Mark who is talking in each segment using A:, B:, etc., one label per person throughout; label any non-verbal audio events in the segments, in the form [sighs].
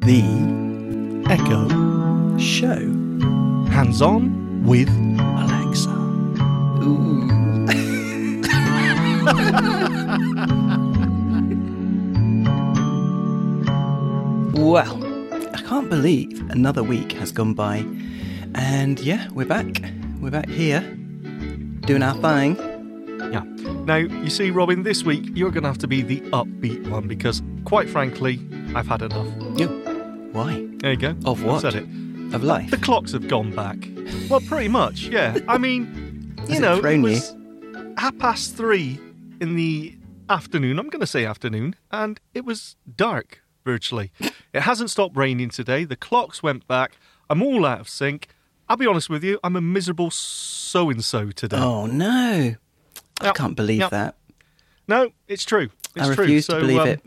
A: The Echo Show. Hands on with Alexa. well, I can't believe another week has gone by. And yeah, we're back. We're back here doing our thing.
B: Yeah. Now, you see, Robin, this week you're going to have to be the upbeat one because, quite frankly, I've had enough.
A: Yeah. Why?
B: There you go.
A: Of
B: I've
A: what?
B: said it.
A: Of life.
B: The clocks have gone back. Well, pretty much, yeah.
A: [laughs]
B: I mean, you
A: it
B: know,
A: thrown you?
B: was half past three in the afternoon. I'm going to say afternoon, and it was dark
A: [laughs]
B: virtually. it hasn't stopped raining today. The clocks went back. I'm all out of sync. I'll be honest with you, I'm a miserable so and so today.
A: Oh no. I
B: Yep.
A: can't believe
B: Yep.
A: that.
B: No, it's true. It's
A: I
B: true.
A: refuse
B: so,
A: to believe
B: um,
A: it.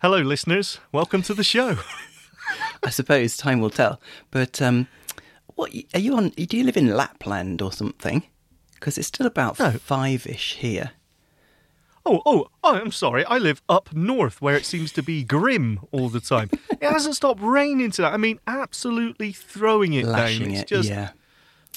B: Hello, listeners. Welcome to the show. [laughs]
A: I suppose time will tell. But um, what are you on? Do you live in Lapland or something? Because it's still about
B: No.
A: five-ish here.
B: Oh, oh, oh, I'm sorry. I live up north where it seems to be grim all the time. it hasn't stopped raining today. I mean, absolutely throwing it
A: Lashing
B: down. It's
A: it,
B: just,
A: yeah.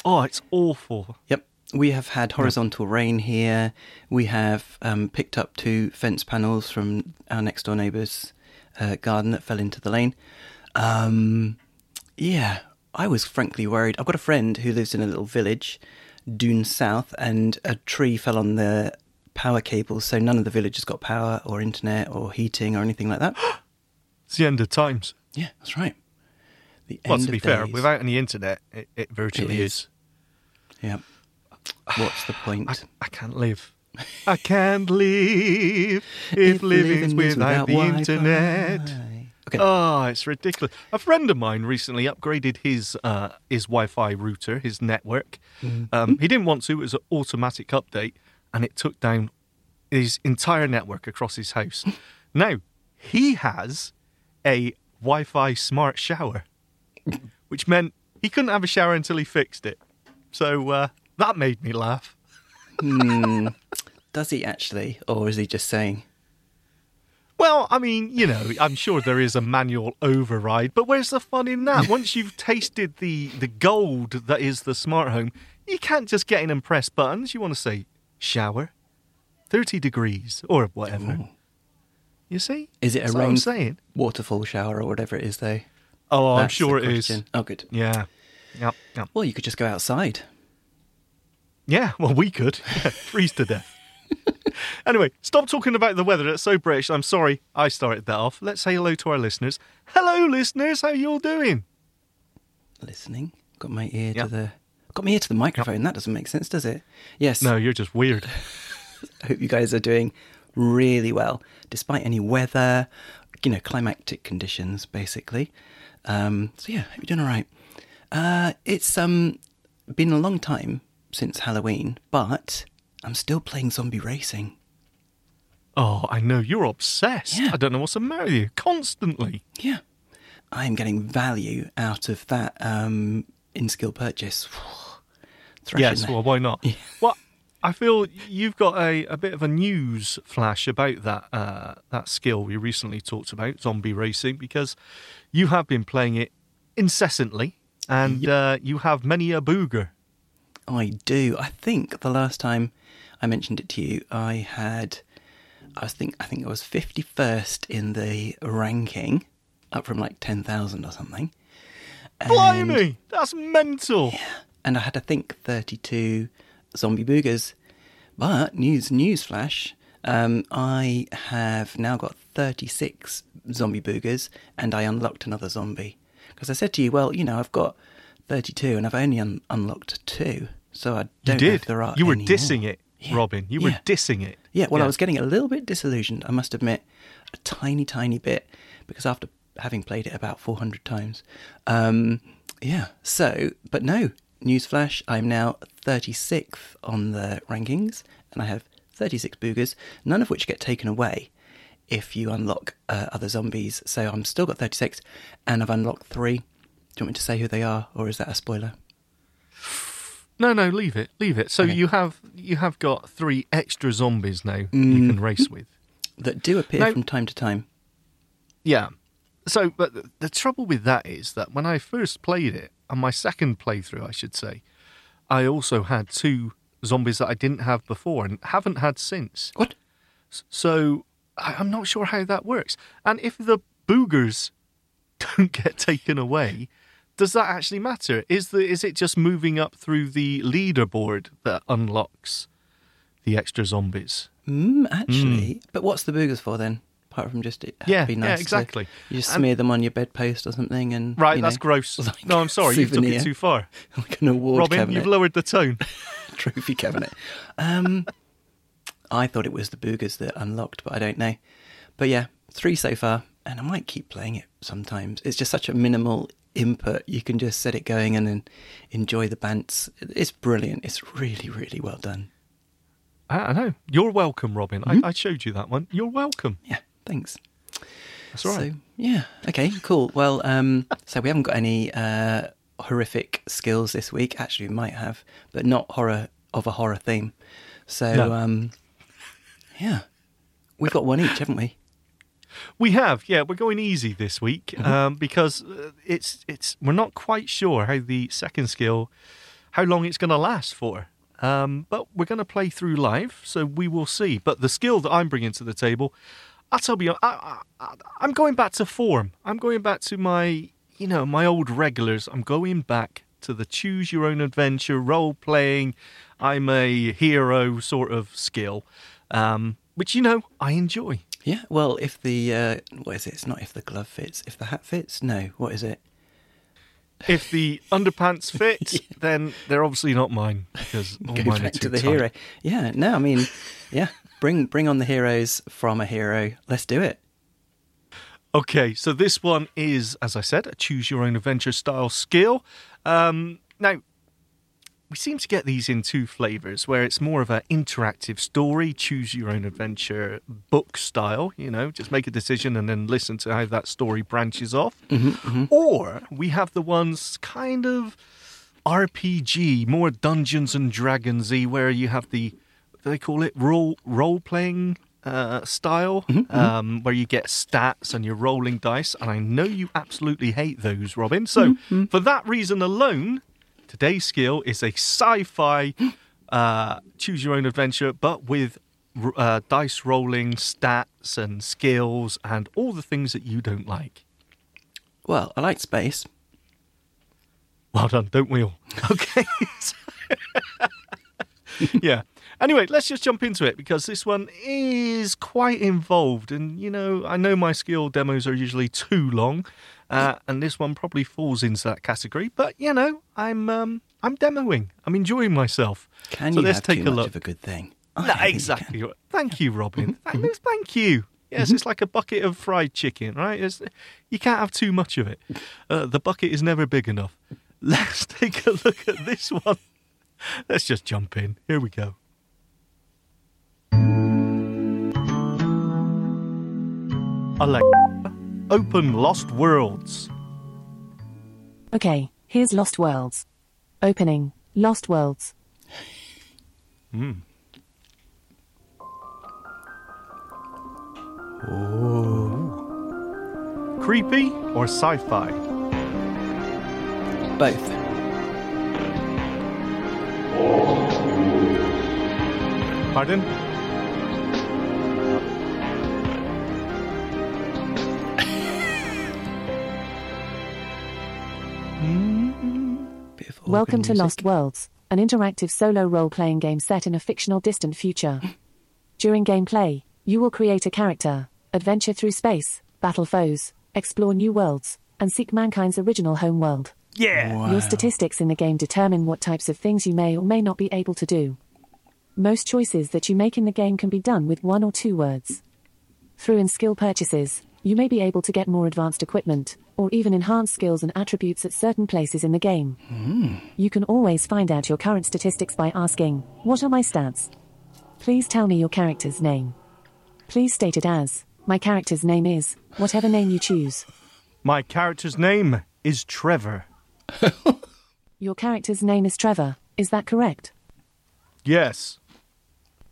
B: oh, it's awful.
A: Yep. We have had horizontal rain here. We have um, picked up two fence panels from our next door neighbour's uh, garden that fell into the lane. Um, yeah, I was frankly worried. I've got a friend who lives in a little village, Dune South, and a tree fell on the power cable, so none of the village has got power or internet or heating or anything like
B: [gasps]
A: that.
B: It's the end of times.
A: yeah, that's right. The
B: Well,
A: end
B: to be
A: of
B: fair,
A: days.
B: without any internet, it, it virtually
A: It
B: is.
A: is. yeah. What's the point?
B: [sighs] I, I can't live. I
A: [laughs]
B: can't live if, living's
A: is
B: without, the
A: Wi-Fi.
B: internet.
A: Okay.
B: Oh, it's ridiculous. A friend of mine recently upgraded his uh, his Wi-Fi router, his network. Um, he didn't want to; it was an automatic update, and it took down his entire network across his house. now he has a Wi-Fi smart shower, which meant he couldn't have a shower until he fixed it. So uh, that made me laugh.
A: Hmm. Does he actually, or is he just saying?
B: Well, I mean, you know, I'm sure there is a manual override, but where's the fun in that? Once you've tasted the the gold that is the smart home, you can't just get in and press buttons. You want to say shower, thirty degrees, or whatever. You see?
A: Is it a
B: That's what I'm
A: rain
B: saying?
A: waterfall shower or whatever it is, though?
B: Oh, I'm
A: That's
B: sure
A: the
B: it is.
A: question. Oh, good.
B: Yeah. Yep. Yep.
A: Well, you could just go outside.
B: Yeah, well, we could. [laughs] Freeze to death. [laughs] anyway, stop talking about the weather. That's so British. I'm sorry I started that off. Let's say hello to our listeners. Hello, listeners. How you all doing?
A: Listening. Got my ear
B: Yeah.
A: to the. Got my ear to the microphone. That doesn't make sense, does it? Yes.
B: No, you're just weird.
A: I hope you guys are doing really well, despite any weather, you know, climactic conditions, basically. Um, so yeah, hope you're doing all right. Uh, it's um, been a long time since Halloween, but I'm still playing Zombie Racing.
B: Oh, I know. You're obsessed.
A: Yeah.
B: I don't know what's the matter with you. Constantly.
A: Yeah, I am getting value out of that um, in skill purchase. [sighs] Thrashing
B: Yes,
A: the-
B: well, why not? well, I feel you've got a, a bit of a news flash about that uh, that skill we recently talked about, zombie racing, because you have been playing it incessantly and uh, you have many a booger.
A: I do. I think the last time I mentioned it to you, I had, I was think, I think I was fifty first in the ranking, up from like ten thousand or something. And,
B: Blimey, that's mental.
A: And I had, I think, thirty two zombie boogers. But news, newsflash, um, I have now got thirty six zombie boogers, and I unlocked another zombie because I said to you, well, you know, I've got thirty two, and I've only un- unlocked two, so I
B: You
A: don't know
B: did.
A: if there are.
B: you were
A: any
B: dissing
A: more.
B: it,
A: Yeah.
B: Robin. You were
A: Yeah.
B: dissing it.
A: Yeah, well, I was getting a little bit disillusioned, I must admit, a tiny, tiny bit, because after having played it about 400 times, um, yeah. So, but no, newsflash, I'm now 36th on the rankings, and I have 36 boogers, none of which get taken away if you unlock uh, other zombies. So I'm still got 36, and I've unlocked three. Do you want me to say who they are, or is that a spoiler?
B: No, no, leave it, leave it. So you have you have got three extra zombies now you can race with.
A: That do appear
B: No.
A: from time to time.
B: Yeah. so, but the, the trouble with that is that when I first played it, on my second playthrough, I should say, I also had two zombies that I didn't have before and haven't had since.
A: What?
B: So I, I'm not sure how that works. And if the boogers [laughs] don't get taken away, does that actually matter? Is the is it just moving up through the leaderboard that unlocks the extra zombies?
A: Mm, actually, but what's the boogers for then? Apart from just it
B: Yeah,
A: be
B: yeah,
A: nice to-
B: exactly.
A: you just
B: And-
A: smear them on your bedpost or something, and
B: Right,
A: you
B: that's
A: know,
B: gross.
A: [laughs] like
B: no, I'm sorry, you took it
A: souvenir.
B: too far.
A: Like an award
B: Robin,
A: cabinet,
B: you've lowered
A: [laughs]
B: the tone.
A: trophy cabinet. Um, [laughs] I thought it was the boogers that unlocked, but I don't know. But yeah, three so far, and I might keep playing it sometimes. It's just such a minimal input. You can just set it going and then enjoy the bants. It's brilliant. It's really, really well done.
B: I I know. You're welcome, Robin.
A: Mm-hmm.
B: I, I showed you that one. You're welcome.
A: Yeah, thanks.
B: That's all right.
A: So, yeah. Okay, cool. Well, um, so we haven't got any uh, horrific skills this week. Actually, we might have, but not horror of a horror theme. So,
B: No.
A: um, yeah. We've got one each, haven't we?
B: We have, yeah. We're going easy this week um, because uh, it's it's we're not quite sure how the second skill, how long it's going to last for. Um, but we're going to play through live, so we will see. But the skill that I'm bringing to the table, I'll tell you, I, I, I- I'm going back to form. I'm going back to my you know my old regulars. I'm going back to the choose your own adventure role playing. I'm a hero sort of skill, um, which you know I enjoy.
A: Yeah. Well, if the, uh, what is it? It's not if the glove fits, if the hat fits. No, what is it?
B: if the
A: [laughs]
B: underpants fit, then they're obviously not mine because all
A: Go
B: mine
A: back
B: are
A: to
B: too
A: the
B: tight.
A: hero. Yeah. No, I mean, yeah. Bring bring on the heroes from a hero. Let's do it.
B: Okay, so this one is, as I said, a choose your own adventure style skill. Um, now, we seem to get these in two flavors where it's more of an interactive story, choose your own adventure book style, you know, just make a decision and then listen to how that story branches off.
A: Mm-hmm,
B: Or we have the ones kind of RPG, more Dungeons and Dragons y, where you have the, what do they call it, role, role playing uh, style, um, where you get stats and you're rolling dice. And I know you absolutely hate those, Robin. So for that reason alone, today's skill is a sci fi uh, choose your own adventure, but with r- uh, dice rolling stats and skills and all the things that you don't like.
A: Well, I like space.
B: Well done, don't we
A: [laughs]
B: all? Okay. [laughs] yeah. Anyway, let's just jump into it because this one is quite involved. And, you know, I know my skill demos are usually too long, uh, and this one probably falls into that category. But, you know, I'm. Um, I'm demoing. I'm enjoying myself.
A: Can
B: so
A: you
B: let's
A: have
B: take
A: too
B: a
A: much
B: look.
A: of a good thing? I
B: [laughs] No,
A: don't think you can.
B: exactly. right. Thank you, Robin. Thank, thank you. Yes, it's like a bucket of fried chicken, right? It's, you can't have too much of it. Uh, the bucket is never big enough. [laughs] Let's take a look at this one. Let's just jump in. Here we go. Alexa, open Lost Worlds.
C: Okay, here's Lost Worlds. Opening Lost Worlds.
B: Creepy or sci fi?
A: Both.
B: Pardon?
A: Bit of organ
C: Welcome to
A: music.
C: Lost Worlds, an interactive solo role playing game set in a fictional distant future. During gameplay, you will create a character, adventure through space, battle foes, explore new worlds, and seek mankind's original home world.
B: Yeah.
A: Wow.
C: Your statistics in the game determine what types of things you may or may not be able to do. Most choices that you make in the game can be done with one or two words. Through in skill purchases, you may be able to get more advanced equipment, or even enhanced skills and attributes at certain places in the game. You can always find out your current statistics by asking, What are my stats? Please tell me your character's name. Please state it as, My character's name is, whatever name you choose.
B: My character's name is Trevor.
C: Your character's name is Trevor, is that correct?
B: Yes.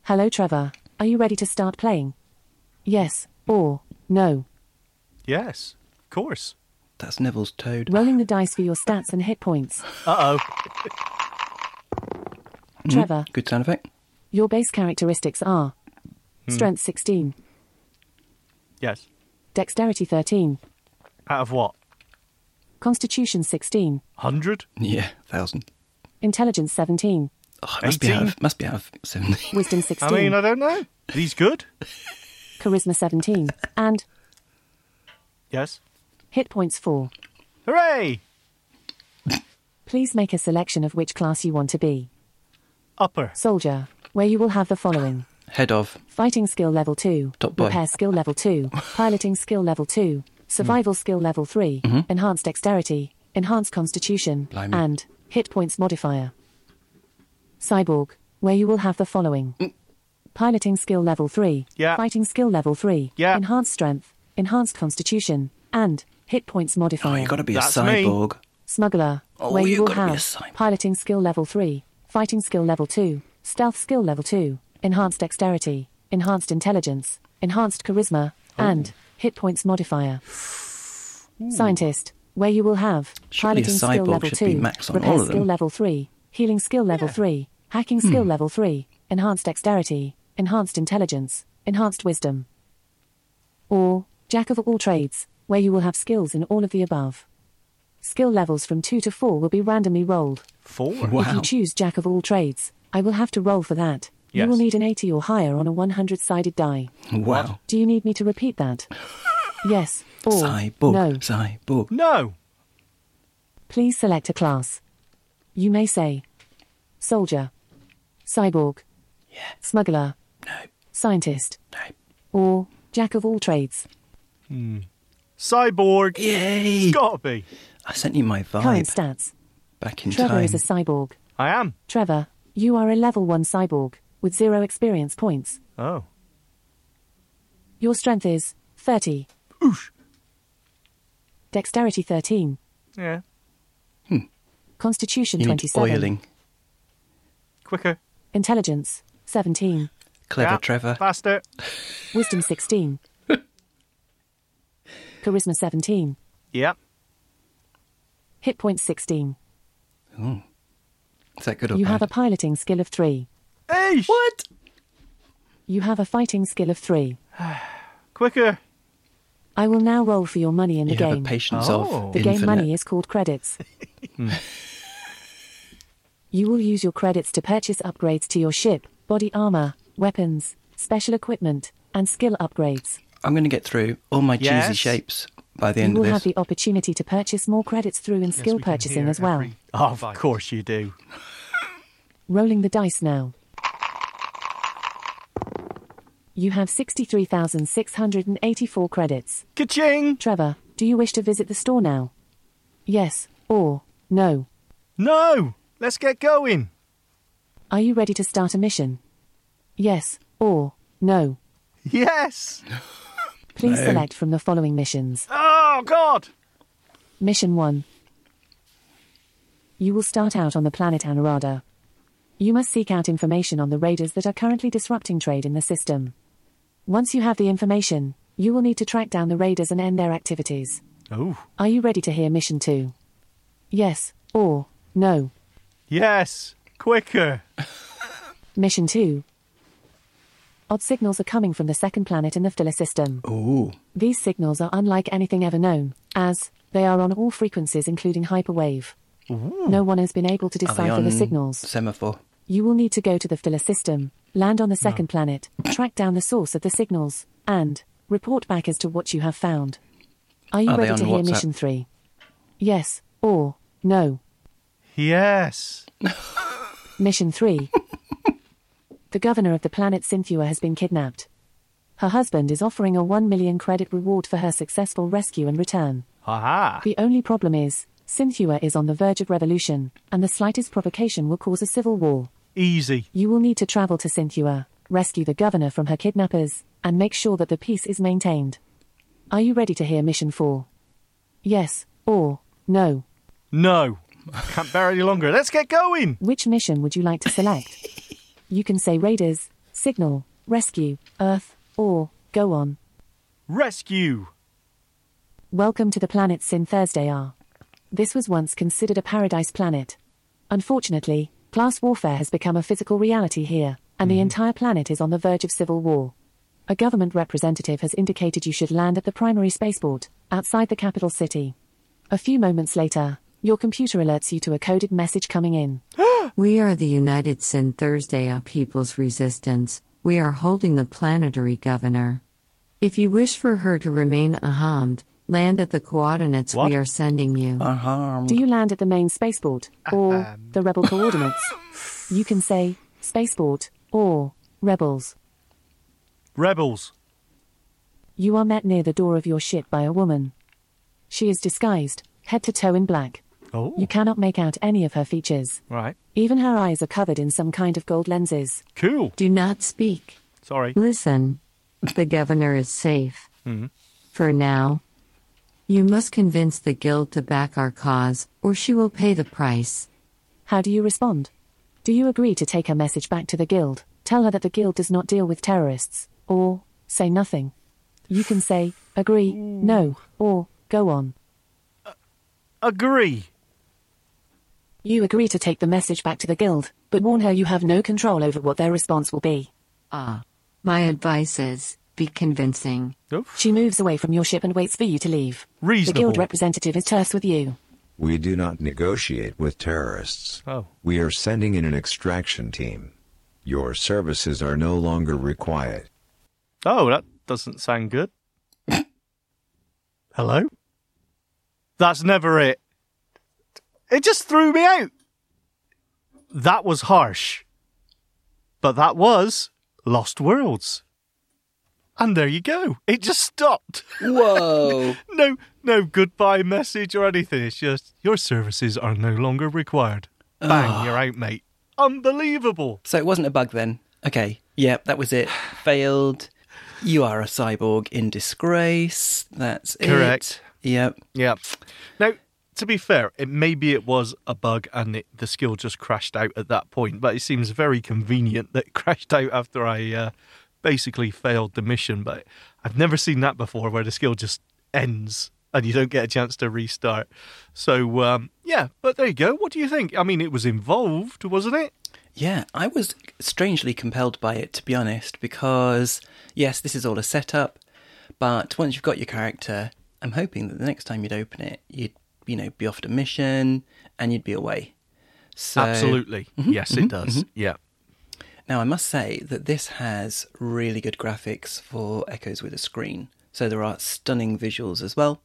C: Hello, Trevor. Are you ready to start playing? Yes, or no.
B: Yes. course.
A: That's Neville's toad.
C: Rolling the dice for your stats and hit points.
B: Uh oh.
C: Trevor,
A: Hmm? Good sound effect.
C: your base characteristics are
B: Hmm.
C: Strength 16,
B: Yes.
C: Dexterity 13,
B: Out of what?
C: Constitution 16,
B: 100?
A: Yeah, thousand.
C: Intelligence 17,
A: Oh, it must be out
B: 18?
A: of must be out of seventeen. [laughs]
C: Wisdom
B: I
C: 16,
B: mean, I don't know. He's good.
C: Charisma 17, and
B: Yes.
C: hit points 4.
B: Hooray!
C: Please make a selection of which class you want to be.
B: Upper.
C: Soldier, where you will have the following
A: Head of
C: Fighting skill level 2,
A: Top boy.
C: Repair skill
A: [laughs]
C: level 2, Piloting skill level 2, Survival skill level 3, Enhanced dexterity, Enhanced constitution,
A: Mm-hmm. Blimey.
C: and hit points modifier. Cyborg, where you will have the following
A: Mm.
C: Piloting skill level 3,
B: Yeah.
C: Fighting skill level 3,
B: Yeah.
C: Enhanced strength, Enhanced constitution, and hit points modifier.
A: Oh, you got to be
B: That's
A: a
B: me.
A: cyborg.
C: Smuggler,
A: Oh,
C: where
A: you
C: you will
A: gotta be a
C: have
A: cyborg.
C: piloting skill level 3, fighting skill level 2, stealth skill level 2, enhanced dexterity, enhanced intelligence, enhanced charisma,
A: Oh.
C: and hit points
A: [sighs]
C: modifier. Scientist, where you will have
A: Hmm. Surely a
C: piloting skill
A: cyborg
C: level
A: should be
C: 2,
A: max on
C: repair
A: all of
C: skill
A: them.
C: level 3, healing skill level 3, hacking
A: Hmm.
C: skill level 3, enhanced dexterity, enhanced intelligence, enhanced wisdom. Or, jack of all trades, where you will have skills in all of the above. Skill levels from 2 to 4 will be randomly rolled.
B: Four.
A: Wow.
C: If you choose Jack of all trades, I will have to roll for that. You will
B: Yes.
C: need an 80 or higher on a 100 sided die.
A: Wow.
C: Do you need me to
A: [sighs]
C: repeat that? yes, or
A: Cyborg.
C: no.
A: Cyborg.
B: No.
C: Please select a class. You may say soldier, cyborg, smuggler,
A: No.
C: scientist,
A: No.
C: or Jack of all trades.
B: Cyborg.
A: Yay!
B: It's gotta be.
A: I sent you my vibe
C: Current stats
A: back in
C: Trevor
A: time.
C: is a cyborg.
B: I am.
C: Trevor, you are a level 1 cyborg, with zero experience points.
B: Oh.
C: Your strength is 30. Dexterity 13.
B: Yeah.
C: Constitution
A: you need
C: 27.
A: oiling.
B: Quicker.
C: Intelligence 17.
A: Clever
B: Yeah.
A: Trevor.
B: Faster.
A: [laughs]
C: Wisdom 16. Charisma 17.
B: Yep.
C: Hit points 16.
A: Is that good or
C: you
A: bad?
C: have a piloting skill of 3.
B: Hey! What?
C: You have a fighting skill of 3.
B: Quicker.
C: I will now roll for your money in
A: you
C: the
A: have
C: game.
A: a patience
B: Oh.
A: of
C: the
A: infinite.
C: game money is
A: [laughs]
C: called credits. [laughs] you will use your credits to purchase upgrades to your ship, body armor, weapons, special equipment, and skill upgrades.
A: I'm going to get through all my cheesy
B: Yes.
A: shapes by the
C: You
A: end
C: will
A: of this.
C: have the opportunity to purchase more credits through in skill purchasing as well.
B: Oh, of course you do.
C: Rolling the dice now. You have 63,684 credits.
B: Ka-ching!
C: Trevor, do you wish to visit the store now? Yes, or no.
B: No! Let's get going.
C: Are you ready to start a mission? Yes, or no.
B: Yes!
C: Please
A: No.
C: select from the following missions.
B: Oh, God!
C: Mission 1. You will start out on the planet Anurada. You must seek out information on the raiders that are currently disrupting trade in the system. Once you have the information, you will need to track down the raiders and end their activities.
B: Oh.
C: Are you ready to hear Mission 2? Yes, or no.
B: Yes! Quicker!
C: Mission 2. Odd signals are coming from the second planet in the Phila system.
A: Ooh.
C: These signals are unlike anything ever known, as they are on all frequencies, including hyperwave. No one has been able to
A: Are they
C: decipher
A: on
C: the signals.
A: semaphore?
C: You will need to go to the filler system, land on the second planet, track down the source of the signals, and report back as to what you have found. Are you
A: Are they
C: ready
A: on
C: to hear
A: WhatsApp?
C: mission three? Yes, or no.
B: Yes!
C: Mission 3. [laughs] the governor of the planet Cynthua has been kidnapped. Her husband is offering a 1 million credit reward for her successful rescue and return.
B: Aha!
C: The only problem is, Cynthua is on the verge of revolution, and the slightest provocation will cause a civil war.
B: Easy.
C: You will need to travel to Cynthua, rescue the governor from her kidnappers, and make sure that the peace is maintained. Are you ready to hear Mission 4? Yes, or no.
B: No. Can't bear any longer. Let's get going.
C: Which mission would you like to select? you can say Raiders, Signal, Rescue, Earth, or Go On.
B: Rescue.
C: Welcome to the planets Sin Thursday R. This was once considered a paradise planet. Unfortunately, class warfare has become a physical reality here, and the entire planet is on the verge of civil war. A government representative has indicated you should land at the primary spaceport, outside the capital city. A few moments later, your computer alerts you to a coded message coming in.
D: We are the United Sin Thursday A People's Resistance. We are holding the planetary governor. If you wish for her to remain unharmed, land at the coordinates
B: What?
D: we are sending you.
A: Uh. Ahem.
C: Do you land at the main spaceport or the rebel coordinates? You can say spaceport or rebels.
B: Rebels.
C: You are met near the door of your ship by a woman. She is disguised, head to toe in black.
B: Oh,
C: You cannot make out any of her features.
B: right.
C: Even her eyes are covered in some kind of gold lenses.
B: Cool.
D: Do not speak.
B: Sorry.
D: Listen. The governor is safe. For now. You must convince the guild to back our cause, or she will pay the price.
C: How do you respond? Do you agree to take her message back to the guild, tell her that the guild does not deal with terrorists, or say nothing? You can say, agree, no, or go on.
B: Agree.
C: You agree to take the message back to the guild, but warn her you have no control over what their response will be.
D: Ah. My advice is be convincing.
B: Oof.
C: She moves away from your ship and waits for you to leave. The
B: Reasonable.
C: guild representative is terse with you.
E: We do not negotiate with terrorists.
B: Oh.
E: We are sending in an extraction team. Your services are no longer required.
B: Oh, that doesn't sound good. Hello? That's never it. It just threw me out. That was harsh. But that was Lost Worlds. And there you go. It just stopped.
A: [laughs] Whoa.
B: No no goodbye message or anything. It's just your services are no longer required. Bang, you're out, mate. Unbelievable.
A: so it wasn't a bug then. Okay. Yep, that was it. Failed. You are a cyborg in disgrace. That's it.
B: Correct.
A: Yep.
B: Yeah. Now, to be fair, it maybe it was a bug and it, the skill just crashed out at that point, but it seems very convenient that it [laughs] crashed out after I uh, basically failed the mission. But I've never seen that before where the skill just ends and you don't get a chance to restart. So, um, yeah, but there you go. What do you think? I mean, it was involved, wasn't it?
A: Yeah, I was strangely compelled by it, to be honest, because yes, this is all a setup, but once you've got your character, I'm hoping that the next time you'd open it, you'd you know be off to mission and you'd be away. So,
B: Absolutely.
A: Mm-hmm,
B: yes, it does. Yeah. [laughs]
A: Now I must say that this has really good graphics for Echoes with a Screen, so there are stunning visuals as well.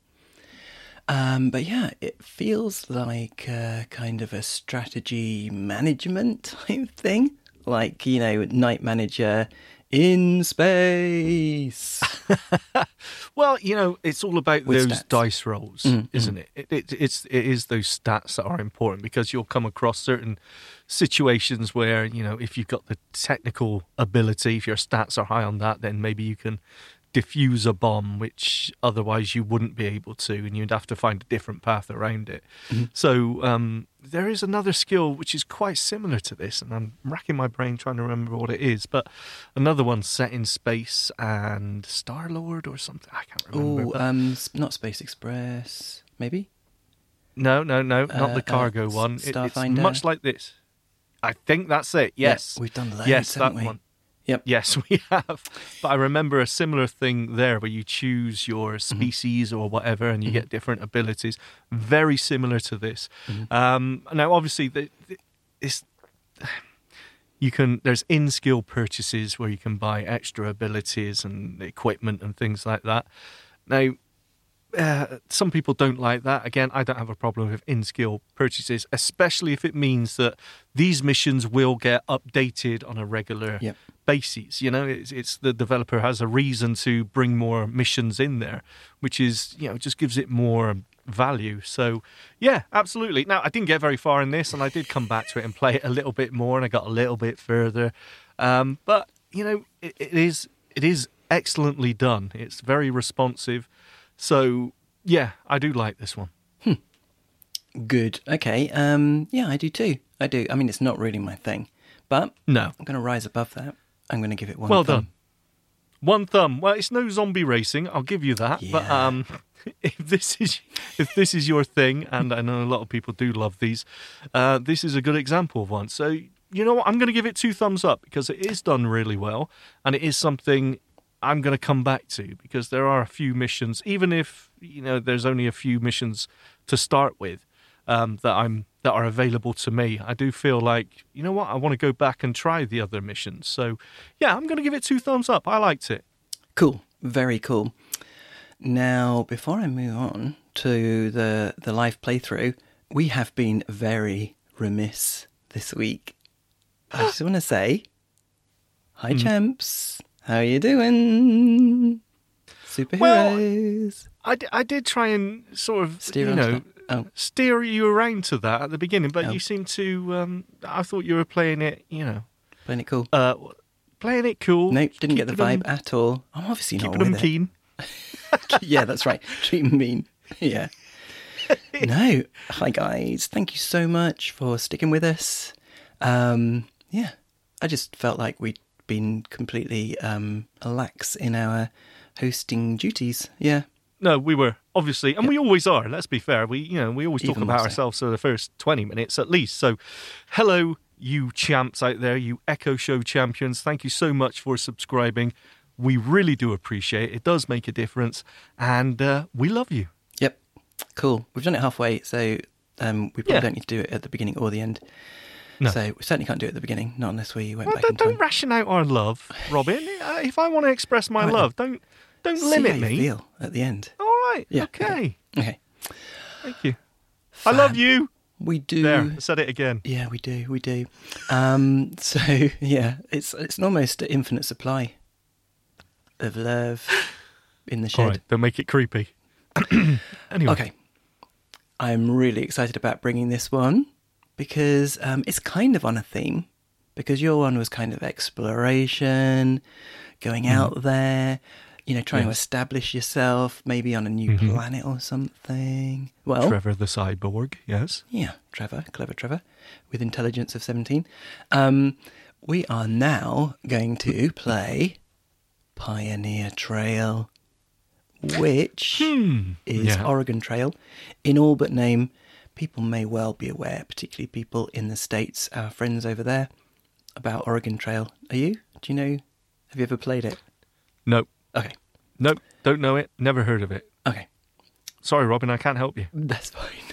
A: Um, but yeah, it feels like uh, kind of a strategy management [laughs] type thing, like you know, Night Manager in
B: [laughs]
A: space.
B: Well, you know, it's all about
A: With
B: those
A: stats.
B: dice rolls, isn't it? It, it? It's it is those stats that are important because you'll come across certain situations where you know if you've got the technical ability, if your stats are high on that, then maybe you can diffuse a bomb, which otherwise you wouldn't be able to, and you'd have to find a different path around it. So um, there is another skill which is quite similar to this, and I'm racking my brain trying to remember what it is. But another one set in space and Star Lord or something. I can't remember.
A: Oh,
B: but-
A: um, s- not Space Express, maybe.
B: no, no, no,
A: uh,
B: not the cargo
A: S-
B: one. It- it's
A: Starfinder?
B: much like this. I think that's it.
A: Yeah,
B: Yes,
A: we've done loads,
B: Yes,
A: haven't
B: that
A: we?
B: one.
A: Yep.
B: Yes, [laughs] we have. But I remember a similar thing there where you choose your
A: Mm-hmm.
B: species or whatever and you get different abilities. Very similar to this.
A: Mm-hmm.
B: Um, now, obviously, the, the, it's. [sighs] You can there's in skill purchases where you can buy extra abilities and equipment and things like that. Now, uh, some people don't like that. Again, I don't have a problem with in skill purchases, especially if it means that these missions will get updated on a regular
A: Yep.
B: basis. You know, it's, it's the developer has a reason to bring more missions in there, which is, you know, just gives it more value. So, yeah, absolutely. Now, I didn't get very far in this, and I did come back to it and play it a little bit more, and I got a little bit further. Um, but, you know, it, it is. It is excellently done. It's very responsive. So yeah, I do like this one.
A: Good. Okay. Um, yeah, I do too. I do. I mean, it's not really my thing, but
B: No,
A: I'm going to rise above that. I'm going to give it one.
B: well
A: thumb.
B: done. One thumb. Well, it's no zombie racing. I'll give you that. But
A: Yeah.
B: um, [laughs] if this is if this is your thing, and I know a lot of people do love these, uh, this is a good example of one. So you know what? I'm going to give it two thumbs up because it is done really well, and it is something I'm going to come back to because there are a few missions, even if you know there's only a few missions to start with um, that I'm that are available to me. I do feel like you know what I want to go back and try the other missions. So yeah, I'm going to give it two thumbs up. I liked it.
A: Cool. Very cool. Now, before I move on to the the live playthrough, we have been very remiss this week.
B: [gasps]
A: I just want to say, hi
B: Hmm.
A: champs, how you doing?
B: Well,
A: Superheroes.
B: I, d- I did try and sort of
A: Steer
B: you
A: onto
B: know
A: that. Oh.
B: steer you around to that at the beginning, but
A: Oh.
B: you seemed to. Um, I thought you were playing it. You know,
A: Playing it cool.
B: uh, playing it cool.
A: nope, didn't get the
B: keeping 'em-
A: vibe at all. I'm obviously not
B: Keeping
A: with
B: them
A: it.
B: keen.
A: [laughs] yeah, that's right. Treat 'em mean.
B: [laughs]
A: Yeah. No. Hi guys. Thank you so much for sticking with us. Um, yeah. I just felt like we'd been completely um lax in our hosting duties. Yeah.
B: No, we were obviously, and we always are. Let's be fair. We, you know, we always talk
A: Even more
B: about
A: so.
B: ourselves for the first twenty minutes at least. So, hello, you champs out there, you Echo Show champions. Thank you so much for subscribing. We really do appreciate it. It does make a difference, and uh, we love you.
A: Yep. Cool. We've done it halfway, so um we probably
B: Yeah.
A: don't need to do it at the beginning or the end.
B: No.
A: So we certainly can't do it at the beginning, not unless we went
B: Well,
A: back in
B: don't,
A: time.
B: don't ration out our love, Robin. Uh, if I want to express my
A: Alright
B: love, don't don't
A: See
B: limit
A: how you
B: me.
A: feel at the end.
B: All right.
A: Yeah,
B: Okay.
A: Okay.
B: Thank you. I love you.
A: We do
B: There. I said it again.
A: Yeah, we do, we do. Um, [laughs] so yeah, it's it's an almost an infinite supply of love in the
B: All
A: shed.
B: right. Don't make it creepy. [clears throat] anyway.
A: Okay, I'm really excited about bringing this one because um, it's kind of on a theme. Because your one was kind of exploration, going
B: Mm-hmm.
A: out there, you know, trying to establish yourself, maybe on a new
B: Mm-hmm.
A: planet or something. Well,
B: Trevor the cyborg. Yes.
A: Yeah, Trevor, clever Trevor, with intelligence of 17. Um, we are now going to play Pioneer Trail, which is
B: yeah.
A: Oregon Trail. In all but name, people may well be aware, particularly people in the States, our friends over there, about Oregon Trail. Are you? Do you know? Have you ever played it?
B: Nope.
A: Okay,
B: Nope. Don't know it. Never heard of it.
A: okay.
B: Sorry, Robin. I can't help you.
A: That's fine.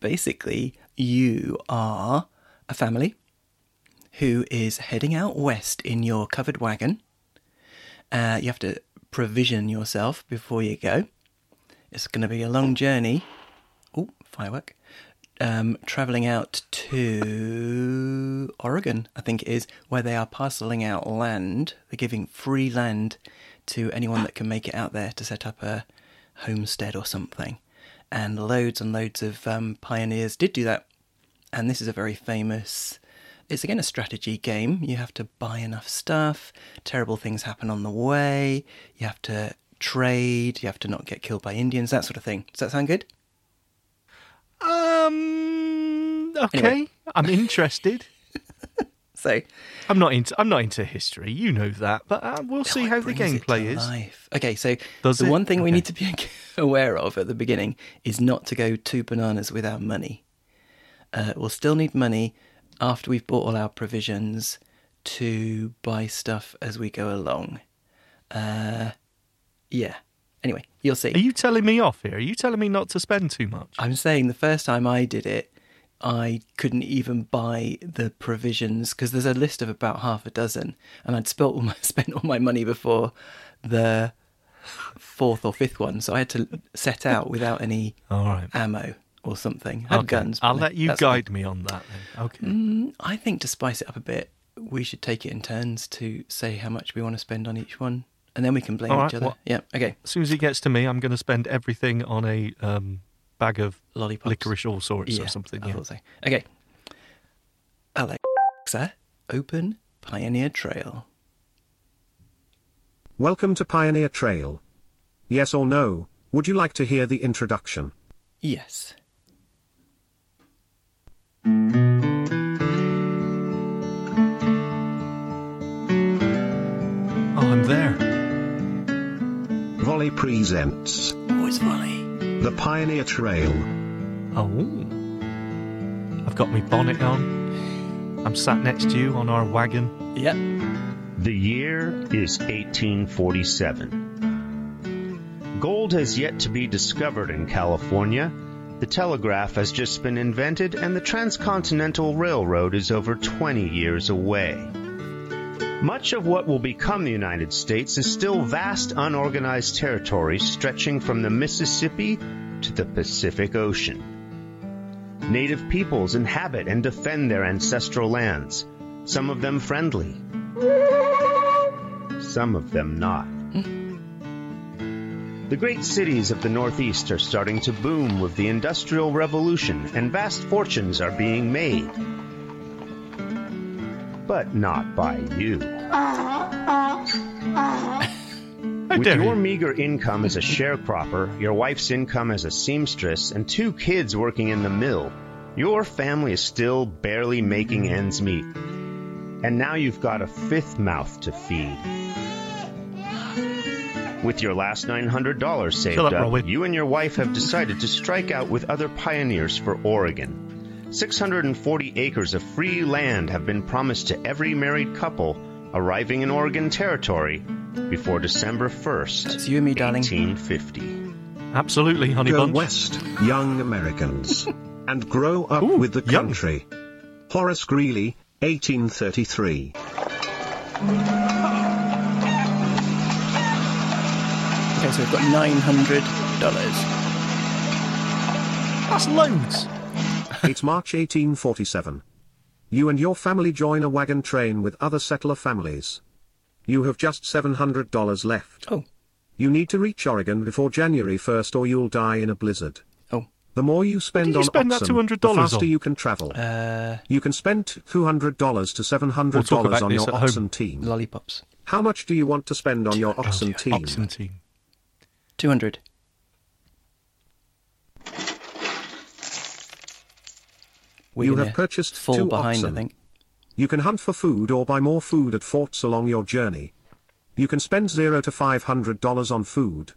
A: Basically, you are a family who is heading out west in your covered wagon. Uh, you have to provision yourself before you go. It's going to be a long journey. Oh, firework. Um, traveling out to Oregon, I think it is, where they are parceling out land. They're giving free land to anyone that can make it out there to set up a homestead or something. And loads and loads of um, pioneers did do that. And this is a very famous. It's again a strategy game. You have to buy enough stuff. Terrible things happen on the way. You have to trade. You have to not get killed by Indians. That sort of thing. Does that sound good?
B: Um. Okay.
A: Anyway.
B: I'm interested.
A: So
B: I'm not into. I'm not into history. You know that. But uh, we'll see
A: Oh, it
B: how the
A: brings it
B: gameplay
A: to
B: is.
A: life. Okay, so
B: Does
A: the
B: it?
A: one thing we
B: Okay.
A: need to be [laughs] aware of at the beginning is not to go two bananas with our money. Uh, we'll still need money after we've bought all our provisions to buy stuff as we go along. Uh, yeah. Anyway, you'll see.
B: Are you telling me off here? Are you telling me not to spend too much?
A: I'm saying the first time I did it, I couldn't even buy the provisions because there's a list of about half a dozen, and I'd spent all [laughs] my spent all my money before the fourth or fifth one, so I had to set out without any
B: All right.
A: ammo or something. I had
B: Okay.
A: guns. but
B: I'll
A: no,
B: let you
A: that's Mm.
B: guide me on that. Then. Okay.
A: fine. I think to spice it up a bit, we should take it in turns to say how much we want to spend on each one, and then we can blame
B: All
A: each
B: right,
A: other.
B: well-
A: yeah. Okay.
B: As soon as it gets to me, I'm going to spend everything on a um, bag of
A: Lollipops.
B: licorice all sorts or something.
A: I
B: Yeah.
A: thought so. Okay. Alexa, open Pioneer Trail.
F: Welcome to Pioneer Trail. Yes or no, would you like to hear the introduction?
A: Yes.
B: Oh,
F: Volley presents
A: Always volley.
F: The Pioneer Trail.
B: Oh. I've got my bonnet on. I'm sat next to you on our wagon.
A: Yep.
G: The year is 1847. Gold has yet to be discovered in California. The telegraph has just been invented, and the Transcontinental Railroad is over 20 years away. Much of what will become the United States is still vast, unorganized territory stretching from the Mississippi to the Pacific Ocean. Native peoples inhabit and defend their ancestral lands, some of them friendly, some of them not. The great cities of the Northeast are starting to boom with the Industrial Revolution, and vast fortunes are being made. But not by you.
B: How
G: With
B: dare
G: your
B: you?
G: meager income as a sharecropper, your wife's income as a seamstress, and two kids working in the mill, your family is still barely making ends meet. And now you've got a fifth mouth to feed. With your last $900 saved
B: Shut up,
G: up,
B: Rowan.
G: you and your wife have decided to strike out with other pioneers for Oregon. 640 acres of free land have been promised to every married couple arriving in Oregon Territory before December 1st,
A: It's you and me, darling.
G: 1850.
B: Absolutely, honey
F: Go
B: bunch.
F: west,
B: [laughs]
F: young Americans, and grow up
B: Ooh,
F: with the
B: young.
F: country. Horace Greeley, 1833.
A: Okay, so we've got nine hundred dollars.
B: That's loads.
F: it's March 1847. You and your family join a wagon train with other settler families. You have just $700 left.
A: Oh,
F: You need to reach Oregon before January 1st or you'll die in a blizzard.
A: oh,
F: The more you spend
B: did you
F: on
B: spend that
F: oxen, the
B: $200
F: faster
B: on?
F: you can travel.
A: uh,
F: you can spend $200 to $700
B: We'll talk about
F: on
B: this
F: your
B: at home.
F: oxen team.
A: lollipops.
F: How much do you want to spend on your oxen team?
B: Oxen team.
A: Two hundred.
F: You have purchased
A: fall
F: two
A: behind,
F: oxen.
A: I think.
F: You can hunt for food or buy more food at forts along your journey. You can spend zero to five hundred dollars on food.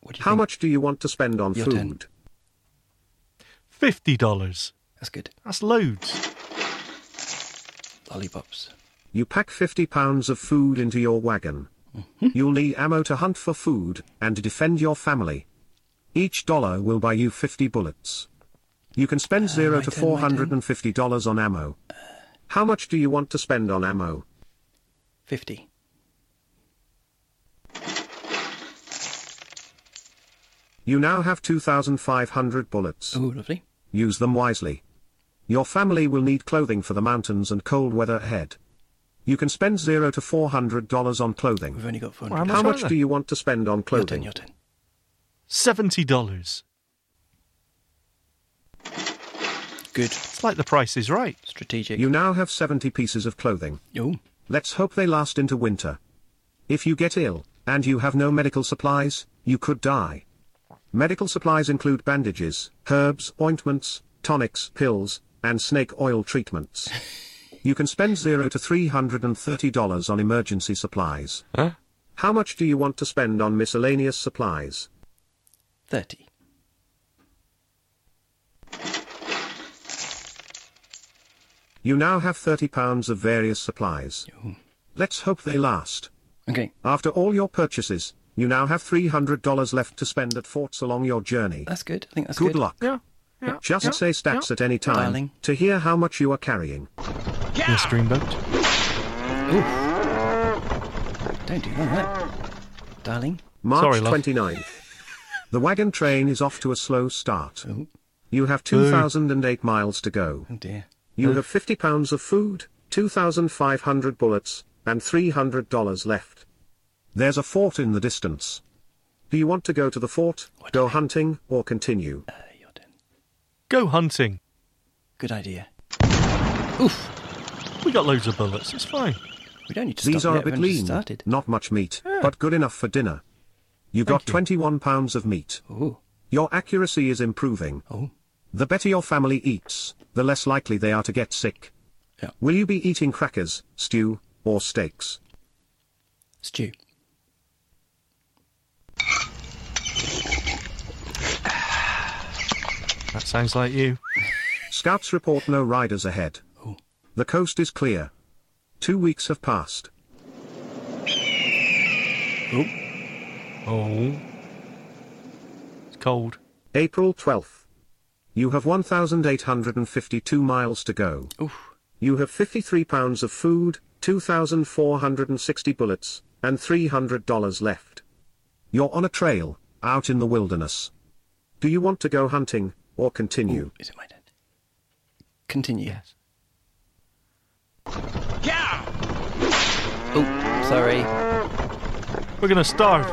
A: What do you
F: How
A: think?
F: much do you want to spend on
A: Your
F: food?
A: turn.
B: Fifty dollars.
A: That's good.
B: That's loads.
A: Lollipops.
F: You pack fifty pounds of food into your wagon.
A: Mm-hmm.
F: You'll need ammo to hunt for food and to defend your family. Each dollar will buy you fifty bullets. You can spend
A: Ah,
F: zero
A: my
F: to
A: turn, my
F: four
A: turn. Uh.
F: hundred and fifty dollars on ammo. How much do you want to spend on ammo?
A: Fifty.
F: You now have two thousand five hundred bullets.
A: Oh, lovely.
F: Use them wisely. Your family will need clothing for the mountains and cold weather ahead. You can spend zero to four hundred dollars on clothing.
A: We've only got four
B: Well,
A: hundred.
B: I'm
F: How
B: much
F: much
B: are
F: do
B: they?
F: you want to spend on
A: Your turn.
F: clothing?
A: Your turn.
B: Seventy dollars.
A: Good.
B: It's like the price is right.
A: Strategic.
F: You now have seventy pieces of clothing.
A: Oh,
F: Let's hope they last into winter. If you get ill, and you have no medical supplies, you could die. Medical supplies include bandages, herbs, ointments, tonics, pills, and snake oil treatments. You can spend zero to three hundred and thirty dollars on emergency supplies.
B: Huh?
F: How much do you want to spend on miscellaneous supplies?
A: thirty.
F: You now have thirty pounds of various supplies.
A: Oh.
F: Let's hope they last.
A: Okay,
F: After all your purchases, you now have three hundred dollars left to spend at forts along your journey.
A: that's good. I think that's
F: Good luck.
B: Yeah. yeah
F: Just
B: yeah,
F: say stats
B: yeah.
F: at any time
A: Darling.
F: to hear how much you are carrying.
B: Yes, dreamboat.
A: Don't do that, darling.
F: March
B: Sorry, love. [laughs]
F: 29th. the wagon train is off to a slow start.
A: Oh,
F: You have 2,008 miles to go.
A: oh dear.
F: You have 50 pounds of food, 2,500 bullets, and $300 left. There's a fort in the distance. Do you want to go to the fort,
A: What
F: go hunting, or continue?
A: Uh, your turn.
B: Go hunting.
A: Good idea. Oof.
B: We got loads of bullets. It's fine.
A: We don't need to
F: These
A: stop
F: are
A: yet.
F: a bit
A: We've only just
F: lean,
A: started. Ah.
F: not much meat,
B: Yeah.
F: but good enough for dinner. You
B: Thank
F: got
B: you.
F: 21 pounds of meat.
A: Oh,
F: Your accuracy is improving.
A: oh.
F: The better your family eats, the less likely they are to get sick.
A: Yeah.
F: Will you be eating crackers, stew, or steaks?
A: Stew.
B: That sounds like you.
F: Scouts report no riders ahead. The coast is clear. Two weeks have passed.
B: Oh. It's cold.
F: April 12th. You have 1,852 miles to go.
A: Oof.
F: You have 53 pounds of food, 2,460 bullets, and $300 left. You're on a trail, out in the wilderness. Do you want to go hunting, or
A: Ooh,
F: continue?
A: Is it my turn? Continue.
B: Yes.
A: Oh, sorry.
B: We're going to starve.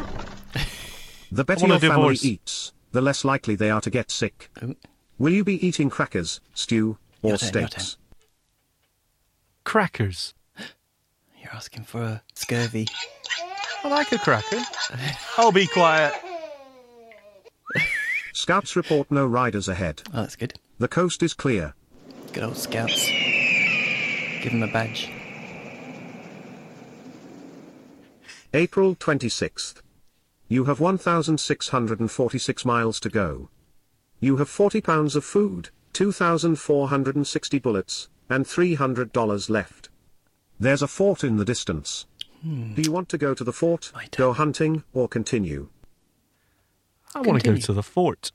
F: The better
B: want a
F: your family
B: divorce.
F: eats, the less likely they are to get sick.
A: Oh,
F: Will you be eating crackers, stew, or
A: Your turn, your
F: steaks?
B: Crackers.
A: you're asking for a scurvy.
B: I like a cracker. I'll be quiet.
F: Scouts report no riders ahead.
A: Oh, that's good.
F: The coast is clear.
A: Good old scouts. Give them a badge.
F: April 26th. You have 1,646 miles to go. You have 40 pounds of food, 2,460 bullets, and $300 left. There's a fort in the distance.
A: Hmm.
F: Do you want to go to the fort,
A: My turn.
F: go hunting, or continue?
B: I want to go
A: Continue.
B: to the fort.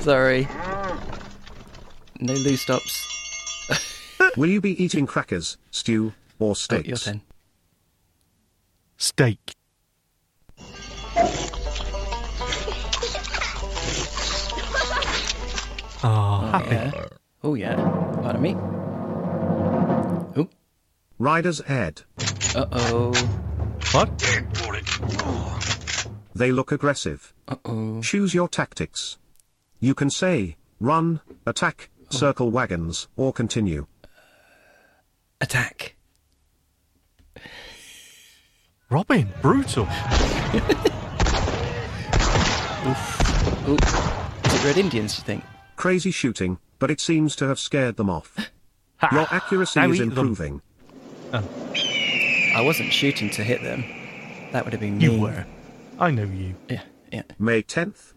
A: Sorry. No loose stops.
F: Will you be eating crackers, stew, or
A: Oh,
F: steaks?
A: your turn.
B: Steak. Oh,
A: Oh,
B: happy.
A: yeah. Oh, yeah. Pardon me. Oh.
F: Riders ahead.
A: Uh oh.
B: What?
F: They look aggressive.
A: Uh oh.
F: Choose your tactics. You can say, run, attack,
A: Oh.
F: circle wagons, or continue.
A: Attack.
B: Robin, brutal.
A: Oh. Is it Red Indians, do you think?
F: Crazy shooting, but it seems to have scared them off.
B: Ha.
F: Your accuracy
B: Ah, Now eat
F: is
B: them.
F: improving.
A: I wasn't shooting to hit them. That would have been mean.
B: You were. I know you.
A: Yeah, yeah.
F: May 10th,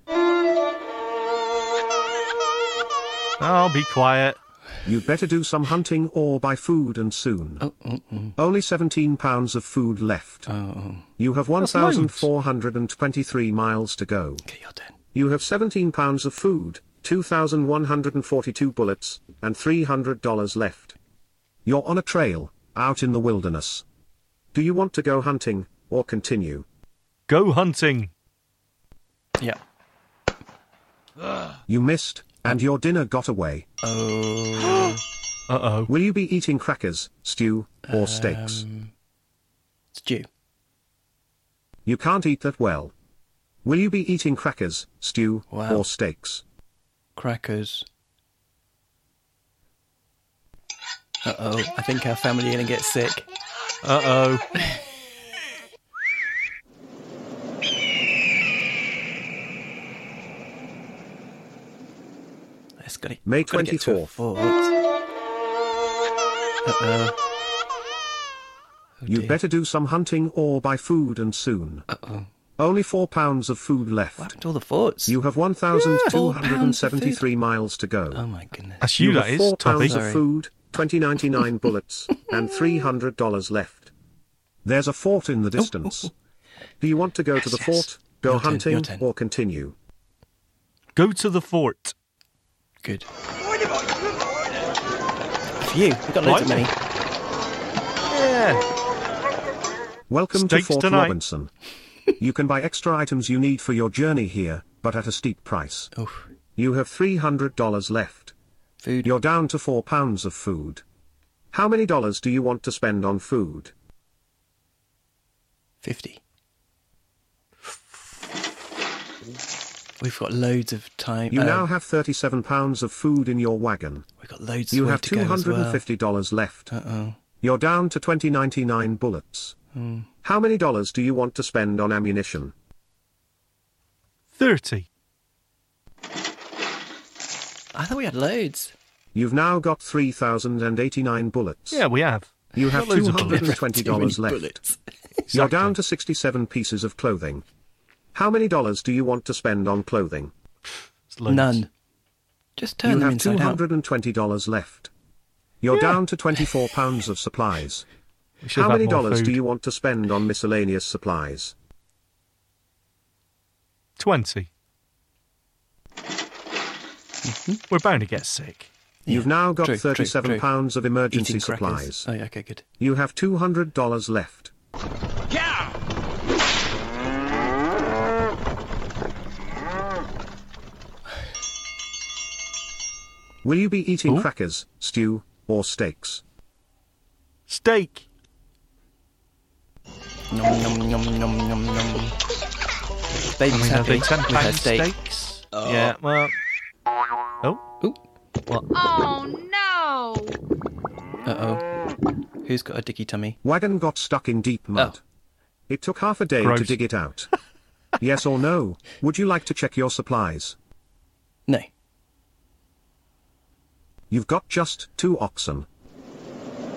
B: I'll be quiet.
F: you'd better do some hunting or buy food and soon.
A: Oh, oh, oh.
F: Only 17 pounds of food left.
A: oh.
F: You have
B: That's loads.
F: 1,423 miles to go.
A: Okay, your turn.
F: You have 17 pounds of food, 2,142 bullets, and $300 left. You're on a trail, out in the wilderness. Do you want to go hunting, or continue?
B: Go hunting.
A: Yeah.
F: You missed, and your dinner got away.
A: Oh.
B: Uh oh.
F: Will you be eating crackers, stew, or steaks?
A: Um, stew.
F: You can't eat that well. Will you be eating crackers, stew,
A: Wow.
F: or steaks?
A: oh Crackers. Uh oh. I think our family are going to get sick.
B: Uh oh.
A: Let's go.
F: May
A: gotta get to a
F: 24th.
A: fort. Uh oh.
F: You'd
A: dear.
F: better do some hunting or buy food and soon.
A: Uh oh.
F: Only four pounds of food left.
A: What happened to all the forts?
F: You have
A: Yeah, four pounds of
F: 1,273 miles to go.
A: Oh my goodness.
B: That's you,
F: you
B: that
F: have
B: is,
F: four
B: Tubby.
F: pounds
A: Sorry.
F: of food,
A: [laughs]
F: 2099 bullets, and $300 left. There's a fort in the distance. Do you want to go to the
A: Oh, Yes, yes.
F: fort, go
A: Your turn, your
F: hunting,
A: turn.
F: or continue?
B: Go to the fort.
A: Good. Phew, we've got loads of
B: Blimey.
A: money.
B: Yeah.
F: Welcome
B: Steaks
F: to Fort
B: tonight.
F: Robinson. you can buy extra items you need for your journey here, but at a steep price.
A: Oof.
F: You have $300 left.
A: Food.
F: You're down to four pounds of food. How many dollars do you want to spend on food?
A: 50. We've got loads of time.
F: You
A: uh,
F: now have 37 pounds of food in your wagon.
A: we've got loads
F: You
A: of
F: have
A: way to go as well.
F: $250 left.
A: Uh oh.
F: You're down to 2099 bullets.
A: Hmm.
F: How many dollars do you want to spend on ammunition?
B: 30.
A: I thought we had loads.
F: You've now got 3089 bullets.
B: Yeah, we have.
F: You have
B: Got loads of bullets.
A: [laughs]
F: $220
A: Too many
F: left.
A: bullets.
F: You're down to 67 pieces of clothing. How many dollars do you want to spend on clothing?
B: It's loads.
A: None. Just turn
F: you
A: them
F: have
A: inside out.
F: $220 left. You're down to 24 pounds
A: [laughs]
F: of supplies.
B: We should
F: How
B: have
F: many
B: more
F: dollars do
B: food.
F: you want to spend on miscellaneous supplies?
B: Twenty.
A: Mm-hmm.
B: We're bound to get sick.
F: You've now got
A: True, true,
F: 37
A: true.
F: pounds of emergency
A: Eating crackers.
F: supplies.
A: Oh, yeah, okay, good.
F: You have $200 left. Will you be eating
A: Ooh.
F: crackers, stew, or steaks?
B: Steak.
A: Nom, nom, nom, nom, nom, nom. Baby's
B: I mean, are
A: happy
B: they ten
A: with her
B: pound
A: steak.
B: steaks? Yeah. Well. Oh.
A: Ooh.
H: Oh no!
A: Uh-oh. Who's got a dicky tummy?
F: Wagon got stuck in deep mud.
A: Oh.
F: It took half a day to
B: Gross.
F: dig it [laughs] out. yes or no, would you like to check your supplies?
A: No.
F: You've got just two oxen.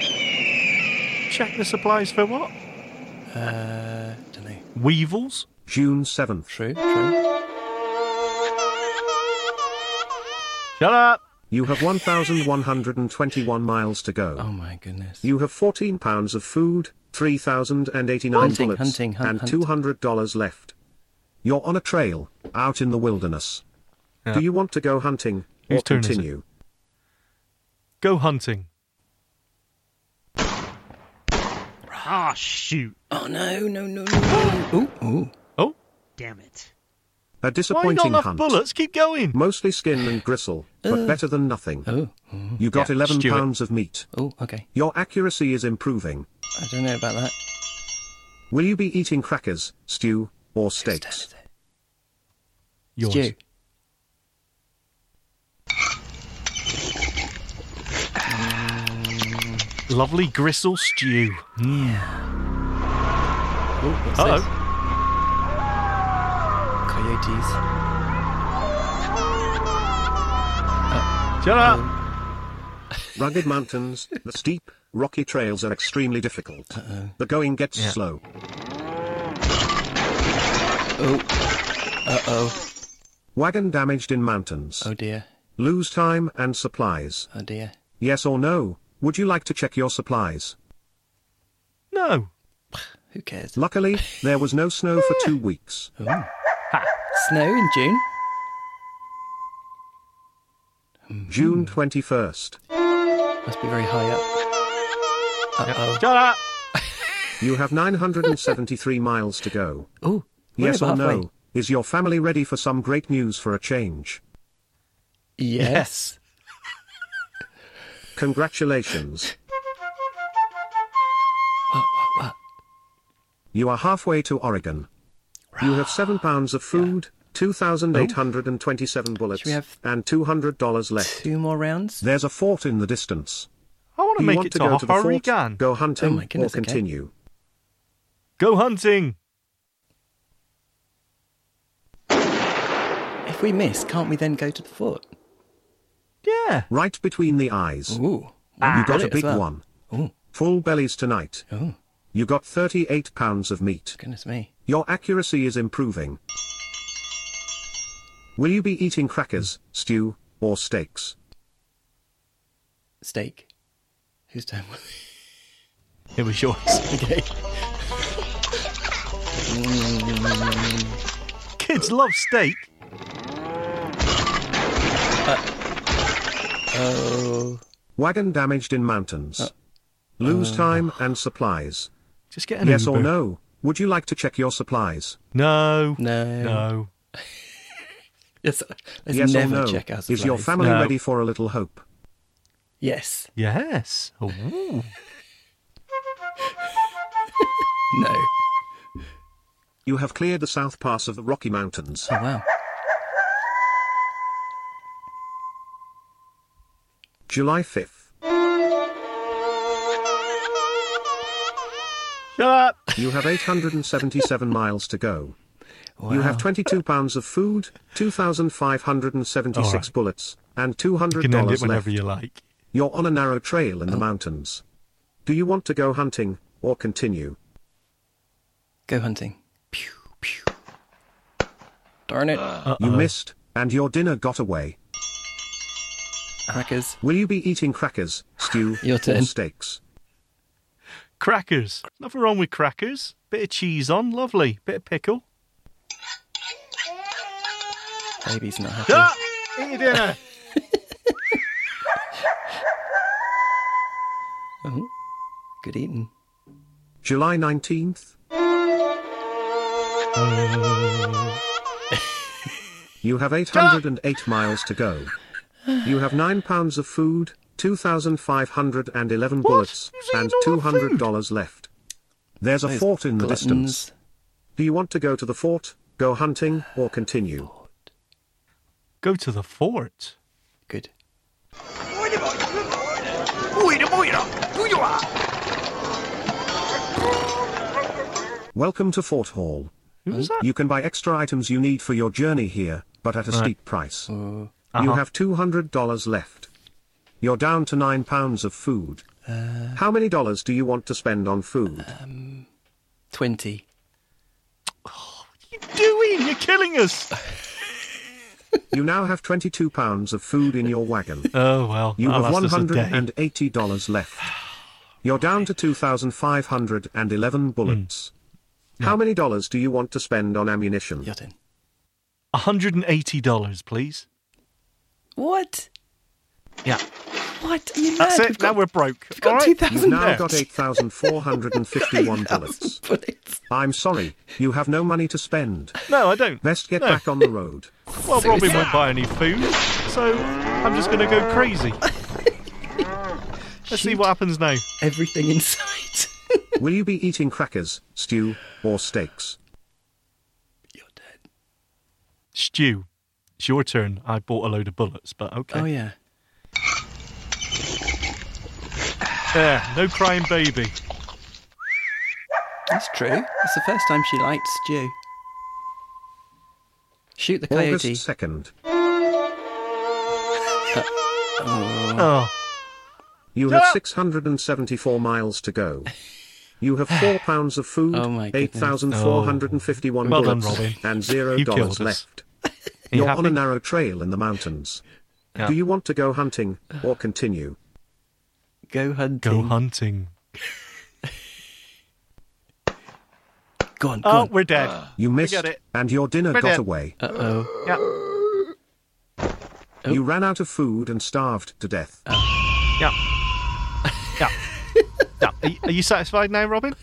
B: Check the supplies for what?
A: Uh, don't know.
B: Weevils.
F: June 7th.
A: True, true.
B: Shut up.
F: You have 1,121 miles to go.
A: Oh my goodness.
F: You have 14 pounds of food, 3,089
A: Hunting,
F: bullets,
A: hunting, hun-
F: and
A: hunt.
F: $200 left. You're on a trail, out in the wilderness.
B: Yeah.
F: Do you want to go hunting,
B: Whose
F: or
B: turn is it?
F: continue?
B: Go hunting.
G: Ah, shoot.
A: Oh no, no, no, no, no. Ooh, ooh.
B: Oh.
G: Damn it.
F: A
B: Why not
F: disappointing
B: enough
F: hunt.
B: bullets? Keep going.
F: Mostly skin and gristle, but
A: Uh.
F: better than nothing.
A: Oh,
F: You got
B: Yeah,
F: 11
B: Stuart.
F: pounds of meat.
A: oh, okay.
F: Your accuracy is improving.
A: I don't know about that.
F: Will you be eating crackers, stew, or steaks?
A: Steaks.
B: Yours.
A: Stew.
B: Lovely gristle stew.
A: Ooh, what's
B: Uh
A: this?
B: oh.
A: Coyotes.
B: Shut up.
A: Oh.
F: Rugged mountains, the steep, rocky trails are extremely difficult. The going gets
B: Yeah.
F: slow.
A: Oh. Uh-oh.
F: Wagon damaged in mountains.
A: Oh dear.
F: Lose time and supplies.
A: Oh dear.
F: Yes or no? Would you like to check your supplies?
B: No.
A: Who cares?
F: Luckily, there was no snow for
A: [laughs]
F: two weeks.
A: Ooh. Snow in June?
F: June
A: Hmm.
F: 21st.
A: Must be very high up. Uh-oh.
B: Shut up.
F: You have 973 [laughs] miles to go.
A: Ooh. we're
F: Yes or
A: about halfway.
F: no? Is your family ready for some great news for a change?
A: Yes.
F: Congratulations. You are halfway to Oregon. You have seven pounds of food, 2,827 bullets,
A: Should we have-
F: and $200 left.
A: Two more rounds?
F: There's a fort in the distance.
B: I want to
F: Do you
B: make
F: want
B: it
F: to
B: to,
F: go to the
B: Oregon.
F: fort, go
A: Oh
F: hunting,
A: my goodness,
F: or
A: okay.
F: continue?
B: Go hunting.
A: If we miss, can't we then go to the fort?
B: Yeah.
F: Right between the eyes.
A: Ooh.
F: you got a
A: Bullet as
F: big
A: well.
F: one.
A: Ooh.
F: Full bellies tonight.
A: Oh,
F: You got 38 pounds of meat.
A: goodness me.
F: Your accuracy is improving. Will you be eating crackers, stew, or steaks?
A: Steak. Who's turn was it? [laughs]
B: It was yours.
A: Okay.
B: [laughs] Kids love steak.
A: Oh.
F: Wagon damaged in mountains.
A: Uh,
F: Lose time and supplies.
B: Just get an
F: yes or
B: Uber.
F: no? Would you like to check your supplies?
B: No.
A: No.
B: No.
A: Yes, let's
F: yes
A: never
F: or no?
A: check our
F: Is your
A: supplies.
F: family
B: No.
F: ready for a little hope?
A: Yes.
B: Yes. Ooh.
A: No.
F: Oh, You have cleared the south pass of the Rocky Mountains.
A: Oh, wow.
F: July 5th.
B: Shut up.
F: You
B: [laughs]
F: have 877 miles to go. You have 22 pounds of food, 2,576
B: All right.
F: bullets, and
B: You
F: $200
B: can end it
F: left.
B: whenever you like.
F: You're on a narrow trail in the mountains. Do you want to go hunting, or continue?
A: Go hunting. Pew, pew. Darn it.
F: You missed, and your dinner got away.
A: Crackers.
F: Will you be eating crackers, stew,
B: [laughs]
A: Your turn.
F: or steaks?
B: Crackers. Nothing wrong with crackers. Bit of cheese on, lovely. Bit of pickle.
A: Baby's not happy.
B: Ah! Eat your dinner.
A: Oh, good eating.
F: July 19th? you have 808 miles to go. You have 9 pounds of food, 2,511 bullets,
B: You've
F: and
B: eaten all the food?
F: $200 left. There's a
A: Those
F: fort in the distance.
A: gluttons.
F: Do you want to go to the fort, go hunting, or continue?
B: Go to the fort.
A: Good.
F: Welcome to Fort Hall.
B: Who was that?
F: You can buy extra items you need for your journey here, but at a
B: Right.
F: steep price.
A: Oh,
F: You
B: Uh-huh.
F: have $200 left. You're down to 9 pounds of food.
B: Uh.
F: How many dollars do you want to spend on food?
A: 20.
B: What are you doing? You're killing us.
F: you now have 22 pounds of food in your wagon.
B: Oh well.
F: You
B: that'll
F: have
B: last us a day.
F: $180 left. You're down to
B: Hmm.
F: 2,511 bullets. How many dollars do you want to spend on ammunition?
A: Your turn.
B: hundred and eighty dollars, please.
A: What?
B: Yeah.
A: What? Are you mad?
B: That's it.
A: We've
B: now
A: got-
B: we're broke.
A: we've got
B: All right.
A: 2,000
F: You've now
B: there. [laughs]
F: got 8,451
A: [laughs]
F: bullets.
A: bullets.
F: I'm sorry, you have no money to spend.
B: No, I don't.
F: Best get
B: No.
F: back on the road.
B: [laughs] Well, Robin won't buy any food, so I'm just going to go crazy. Let's see
A: Shoot.
B: what happens now.
A: Everything in sight. [laughs]
F: Will you be eating crackers, stew, or steaks?
A: Your turn.
B: Stew, it's your turn. I bought a load of bullets, but okay.
A: Oh, yeah.
B: There, no crying baby.
A: That's true. It's the first time she liked stew. Shoot the
F: August
A: coyote.
F: 2nd.
B: Oh,
F: You have 674 miles to go. You have
B: [laughs]
F: 4 pounds of food,
A: Oh my goodness.
F: 8,451
B: Well done,
F: bullets,
B: Robin.
F: and 0
B: You killed us.
F: dollars left.
B: Are you
F: You're on
B: happy?
F: a narrow trail in the mountains.
B: Yeah.
F: Do you want to go hunting, or continue?
A: Go hunting.
B: go hunting.
A: Go on, go
B: Oh,
A: on.
B: we're dead.
F: You missed,
B: it.
F: and your dinner
B: We're
F: got
B: dead.
F: away.
A: Uh-oh.
B: yeah,
A: Oh.
F: You ran out of food and starved to death.
B: Uh. yeah, yeah, yeah. Are you, are you satisfied now, Robin?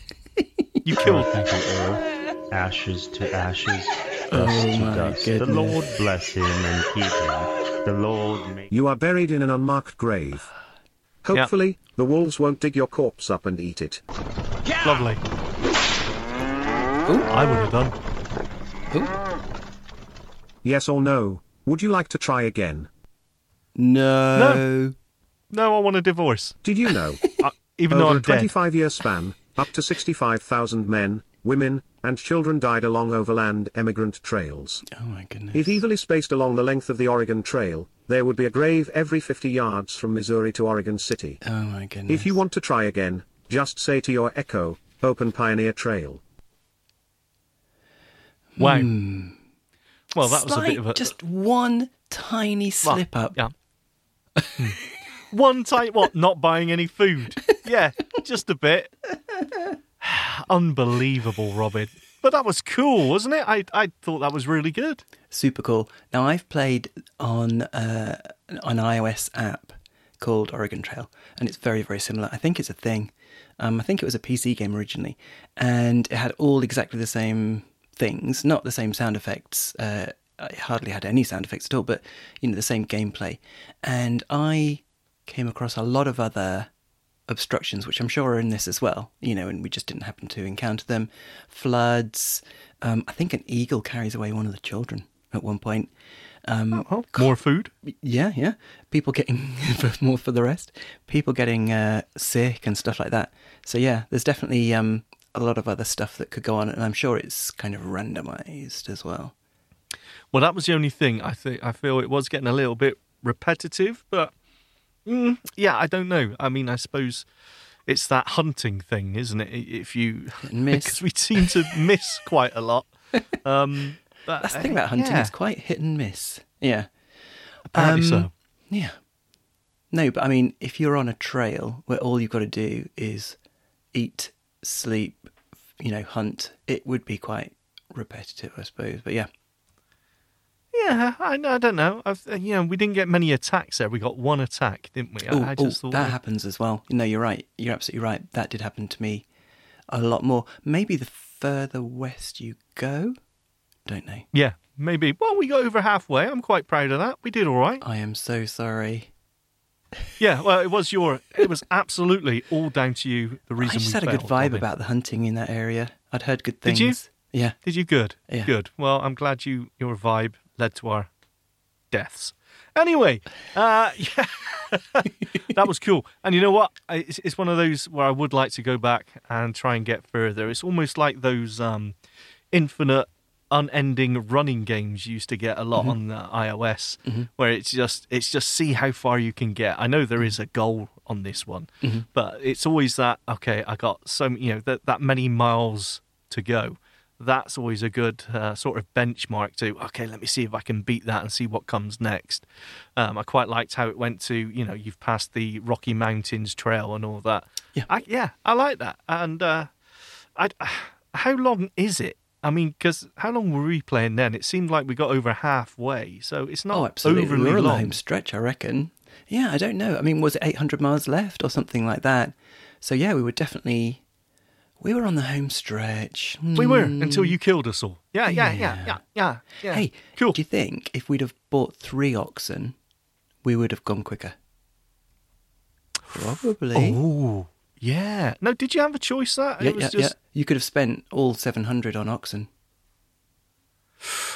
B: You killed me.
G: Earth, ashes to
A: [laughs]
G: ashes, dust to
A: Oh my
G: dust. The
A: goodness.
G: Lord bless him and keep him. The Lord make
F: You are buried in an unmarked grave. Hopefully, the wolves won't dig your corpse up and eat it.
B: Lovely. I would have done.
F: Yes or no? Would you like to try again?
A: No.
B: No. No, I want a divorce.
F: Did you know?
B: I, even though [laughs]
F: over
B: I'm
F: a
B: dead.
F: 25 year span, up to 65,000 men, women, and children died along overland emigrant trails.
A: Oh, my goodness.
F: If evenly spaced along the length of the Oregon Trail, there would be a grave every 50 yards from Missouri to Oregon City.
A: Oh, my goodness.
F: If you want to try again, just say to your echo, Open Pioneer Trail.
B: Wow. Well, that was a
A: Hmm. Slight-
B: bit of a
A: Just one tiny
B: well,
A: slip up.
B: Yeah. Hmm. One type what? Not buying any food. Yeah, just a bit. [sighs] Unbelievable, Robin. But that was cool, wasn't it? I I thought that was really good.
A: Super cool. Now I've played on uh, an iOS app called Oregon Trail, and it's very very similar. I think it's a thing. Um, I think it was a PC game originally, and it had all exactly the same things, not the same sound effects. Uh, it hardly had any sound effects at all, but you know the same gameplay. And I came across a lot of other obstructions, which I'm sure are in this as well, you know, and we just didn't happen to encounter them. Floods. Um, I think an eagle carries away one of the children at one point. Um,
B: More food.
A: Yeah, yeah. People getting [laughs] for more for the rest. People getting uh, sick and stuff like that. So yeah, there's definitely um, a lot of other stuff that could go on, and I'm sure it's kind of randomized as well.
B: Well, that was the only thing I think I feel it was getting a little bit repetitive, but mm, yeah, I don't know. I mean, I suppose it's that hunting thing, isn't it? I- If you [laughs]
A: And miss.
B: because we seem to miss quite a lot. Um,
A: [laughs]
B: But,
A: That's the
B: uh,
A: thing about hunting;
B: yeah,
A: it's quite hit and miss. Yeah,
B: apparently
A: Um,
B: so.
A: Yeah. No, but I mean, if you're on a trail where all you've got to do is eat, sleep, you know, hunt, it would be quite repetitive, I suppose. But yeah,
B: Yeah, I, I don't know. I've, uh, you know, we didn't get many attacks there. We got one attack, didn't we? I-
A: Ooh,
B: I
A: ooh,
B: just thought
A: that happens as well. No, you're right. You're absolutely right. That did happen to me a lot more. Maybe the further west you go, don't know.
B: Yeah, maybe. Well, we got over halfway. I'm quite proud of that. We did all right.
A: I am so sorry.
B: Yeah, well, it was your. It was absolutely all down to you. The reason
A: I just
B: we
A: had a good
B: failed,
A: vibe
B: Robin.
A: about the hunting in that area. I'd heard good
B: Did
A: things.
B: you?
A: Yeah.
B: Did you good?
A: Yeah.
B: Good. Well, I'm glad you your vibe led to our deaths. Anyway, uh, [laughs] yeah, that was cool. And you know what? I- It's, it's one of those where I would like to go back and try and get further. It's almost like those um, infinite, unending running games you used to get a
A: Mm-hmm.
B: lot on the iOS, where it's just it's just see how far you can get. I know there
A: Mm-hmm.
B: is a goal on this one, but it's always that okay. I got some, you know, that that many miles to go that's always a good uh, sort of benchmark to okay let me see if i can beat that and see what comes next um, i quite liked how it went to you know you've passed the rocky mountains trail and all that
A: Yeah.
B: i, yeah, I like that and uh, I, [sighs] how long is it i mean because how long were we playing then it seemed like we got over halfway so it's not
A: Oh, absolutely.
B: overly
A: We're on the
B: long
A: home stretch, I reckon. Yeah, I don't know. I mean, was it 800 miles left or something like that? So yeah, we were definitely we were on the home stretch.
B: we were
A: Hmm.
B: until you killed us all yeah yeah yeah yeah yeah, yeah.
A: Hey,
B: cool
A: do you think if we'd have bought three oxen, we would have gone quicker? Probably.
B: oh yeah no did you have a choice that
A: yeah,
B: it was
A: yeah,
B: just
A: yeah. You could have spent all 700 on oxen.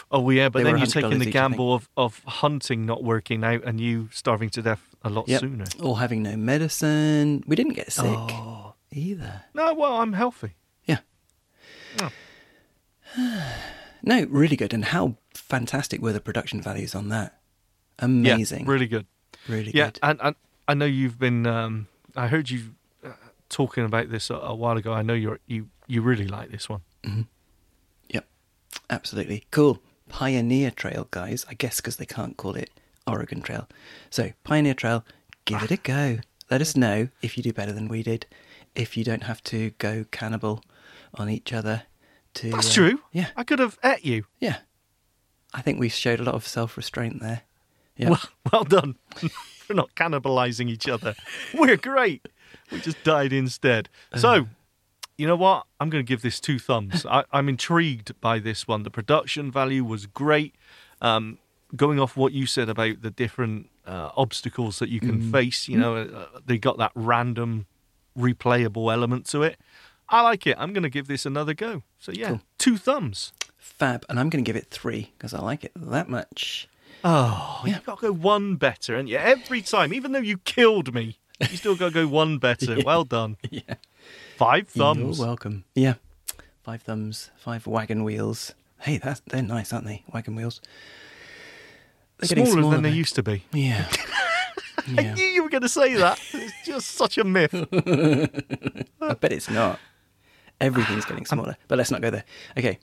B: Oh well, yeah, but
A: They
B: then
A: were
B: you're
A: $100
B: taking
A: each,
B: the
A: I
B: gamble of, of hunting not working out and you starving to death a lot
A: Yep.
B: sooner.
A: Or having no medicine. We didn't get sick
B: Oh.
A: either.
B: No, well, I'm healthy.
A: Yeah.
B: Oh.
A: [sighs] no, really good. And how fantastic were the production values on that? Amazing.
B: Yeah, really good.
A: Really
B: yeah, uh,
A: good.
B: and, and I know you've been. Um, I heard you uh, talking about this a, a while ago. I know you're you you really like this one.
A: Yep. Absolutely. Cool. Pioneer Trail, guys. I guess because they can't call it Oregon Trail. So, Pioneer Trail, give it a go. Let us know if you do better than we did. If you don't have to go cannibal on each other. To,
B: That's
A: uh,
B: true.
A: Yeah.
B: I could have ate you.
A: Yeah. I think we showed a lot of self restraint there. Yeah.
B: Well, [laughs] well done. We're not cannibalizing each other. We're great. We just died instead. So, you know what? I'm going to give this two thumbs. I, I'm intrigued by this one. The production value was great. Um, going off what you said about the different uh, obstacles that you can face, you know, uh, they got that random replayable element to it. I like it. I'm going to give this another go. So, yeah,
A: Cool.
B: two thumbs.
A: Fab. And I'm going to give it three because I like it that much.
B: Oh, you've got to go one better, and yeah, every time, even though you killed me, you still got to go
A: [laughs]
B: one better. Well done. Yeah. Five thumbs.
A: You're welcome. Yeah. Five thumbs, five wagon wheels. Hey, that's, they're nice, aren't they? Wagon wheels. They're
B: smaller,
A: getting smaller
B: than they
A: though.
B: used to be.
A: Yeah.
B: [laughs] I
A: yeah.
B: knew [laughs] you were going to say that. It's just such
A: [laughs]
B: a myth.
A: I bet it's not. Everything's getting smaller. But let's not go there. Okay.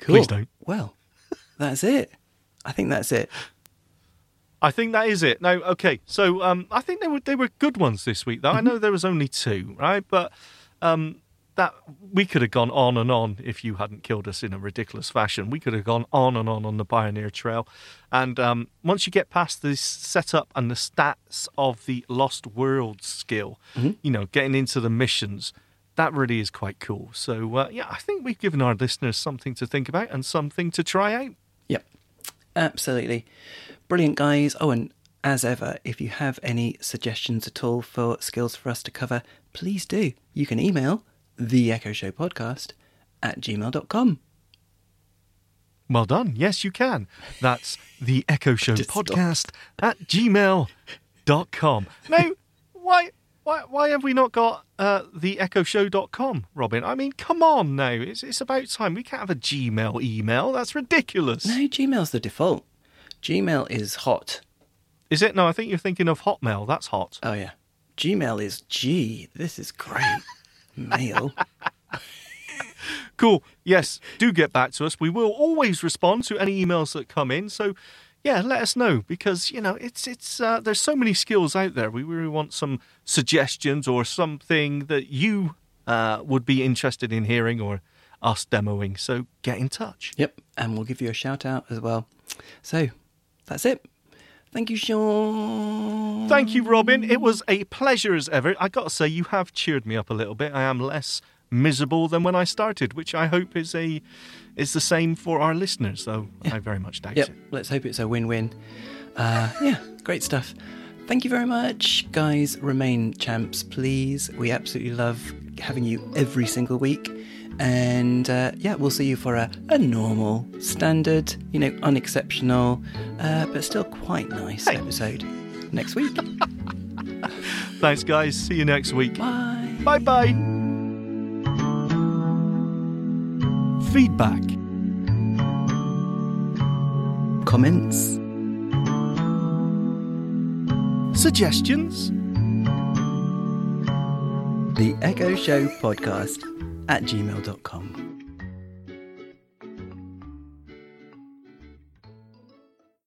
A: Cool.
B: Please don't.
A: Well, that's it. I think that's it.
B: I think that is it. No, okay. So um, I think they were they were good ones this week, though. I know there was only two, right? But um, that we could have gone on and on if you hadn't killed us in a ridiculous fashion. We could have gone on and on on the Pioneer Trail, and um, once you get past the setup and the stats of the Lost World skill, you know, getting into the missions. That really is quite cool. So, uh, yeah, I think we've given our listeners something to think about and something to try out.
A: Yep. Absolutely. Brilliant, guys. Oh, and as ever, if you have any suggestions at all for skills for us to cover, please do. You can email the Echo Show Podcast at gmail.com.
B: Well done. Yes, you can. That's the Echo Show
A: Just stop.
B: podcast at gmail.com. Now, why, why, why have we not got uh, the echoshow.com, Robin? I mean, come on now. It's, it's about time. We can't have a Gmail email. That's ridiculous.
A: No, Gmail's the default. Gmail is hot.
B: Is it? No, I think you're thinking of Hotmail. That's hot.
A: Oh, yeah. Gmail is G. This is great. Mail.
B: Cool. Yes, do get back to us. We will always respond to any emails that come in. So, yeah, let us know because you know it's it's uh, there's so many skills out there. We really want some suggestions or something that you uh, would be interested in hearing or us demoing. So get in touch.
A: Yep, and we'll give you a shout out as well. So that's it. Thank you, Sean.
B: Thank you, Robin. It was a pleasure as ever. I got to say, you have cheered me up a little bit. I am less miserable than when I started, which I hope is a is the same for our listeners. Though I very much doubt
A: Yep,
B: it.
A: let's hope it's a win win. Uh, yeah, great stuff. Thank you very much, guys. Remain champs, please. We absolutely love having you every single week. And uh, yeah, we'll see you for a, a normal, standard, you know, unexceptional, uh, but still quite nice episode next week.
B: Thanks, guys. See you next week.
A: Bye.
B: Bye bye. Feedback.
A: Comments?
B: Suggestions?
A: The Echo Show Podcast at gmail.com.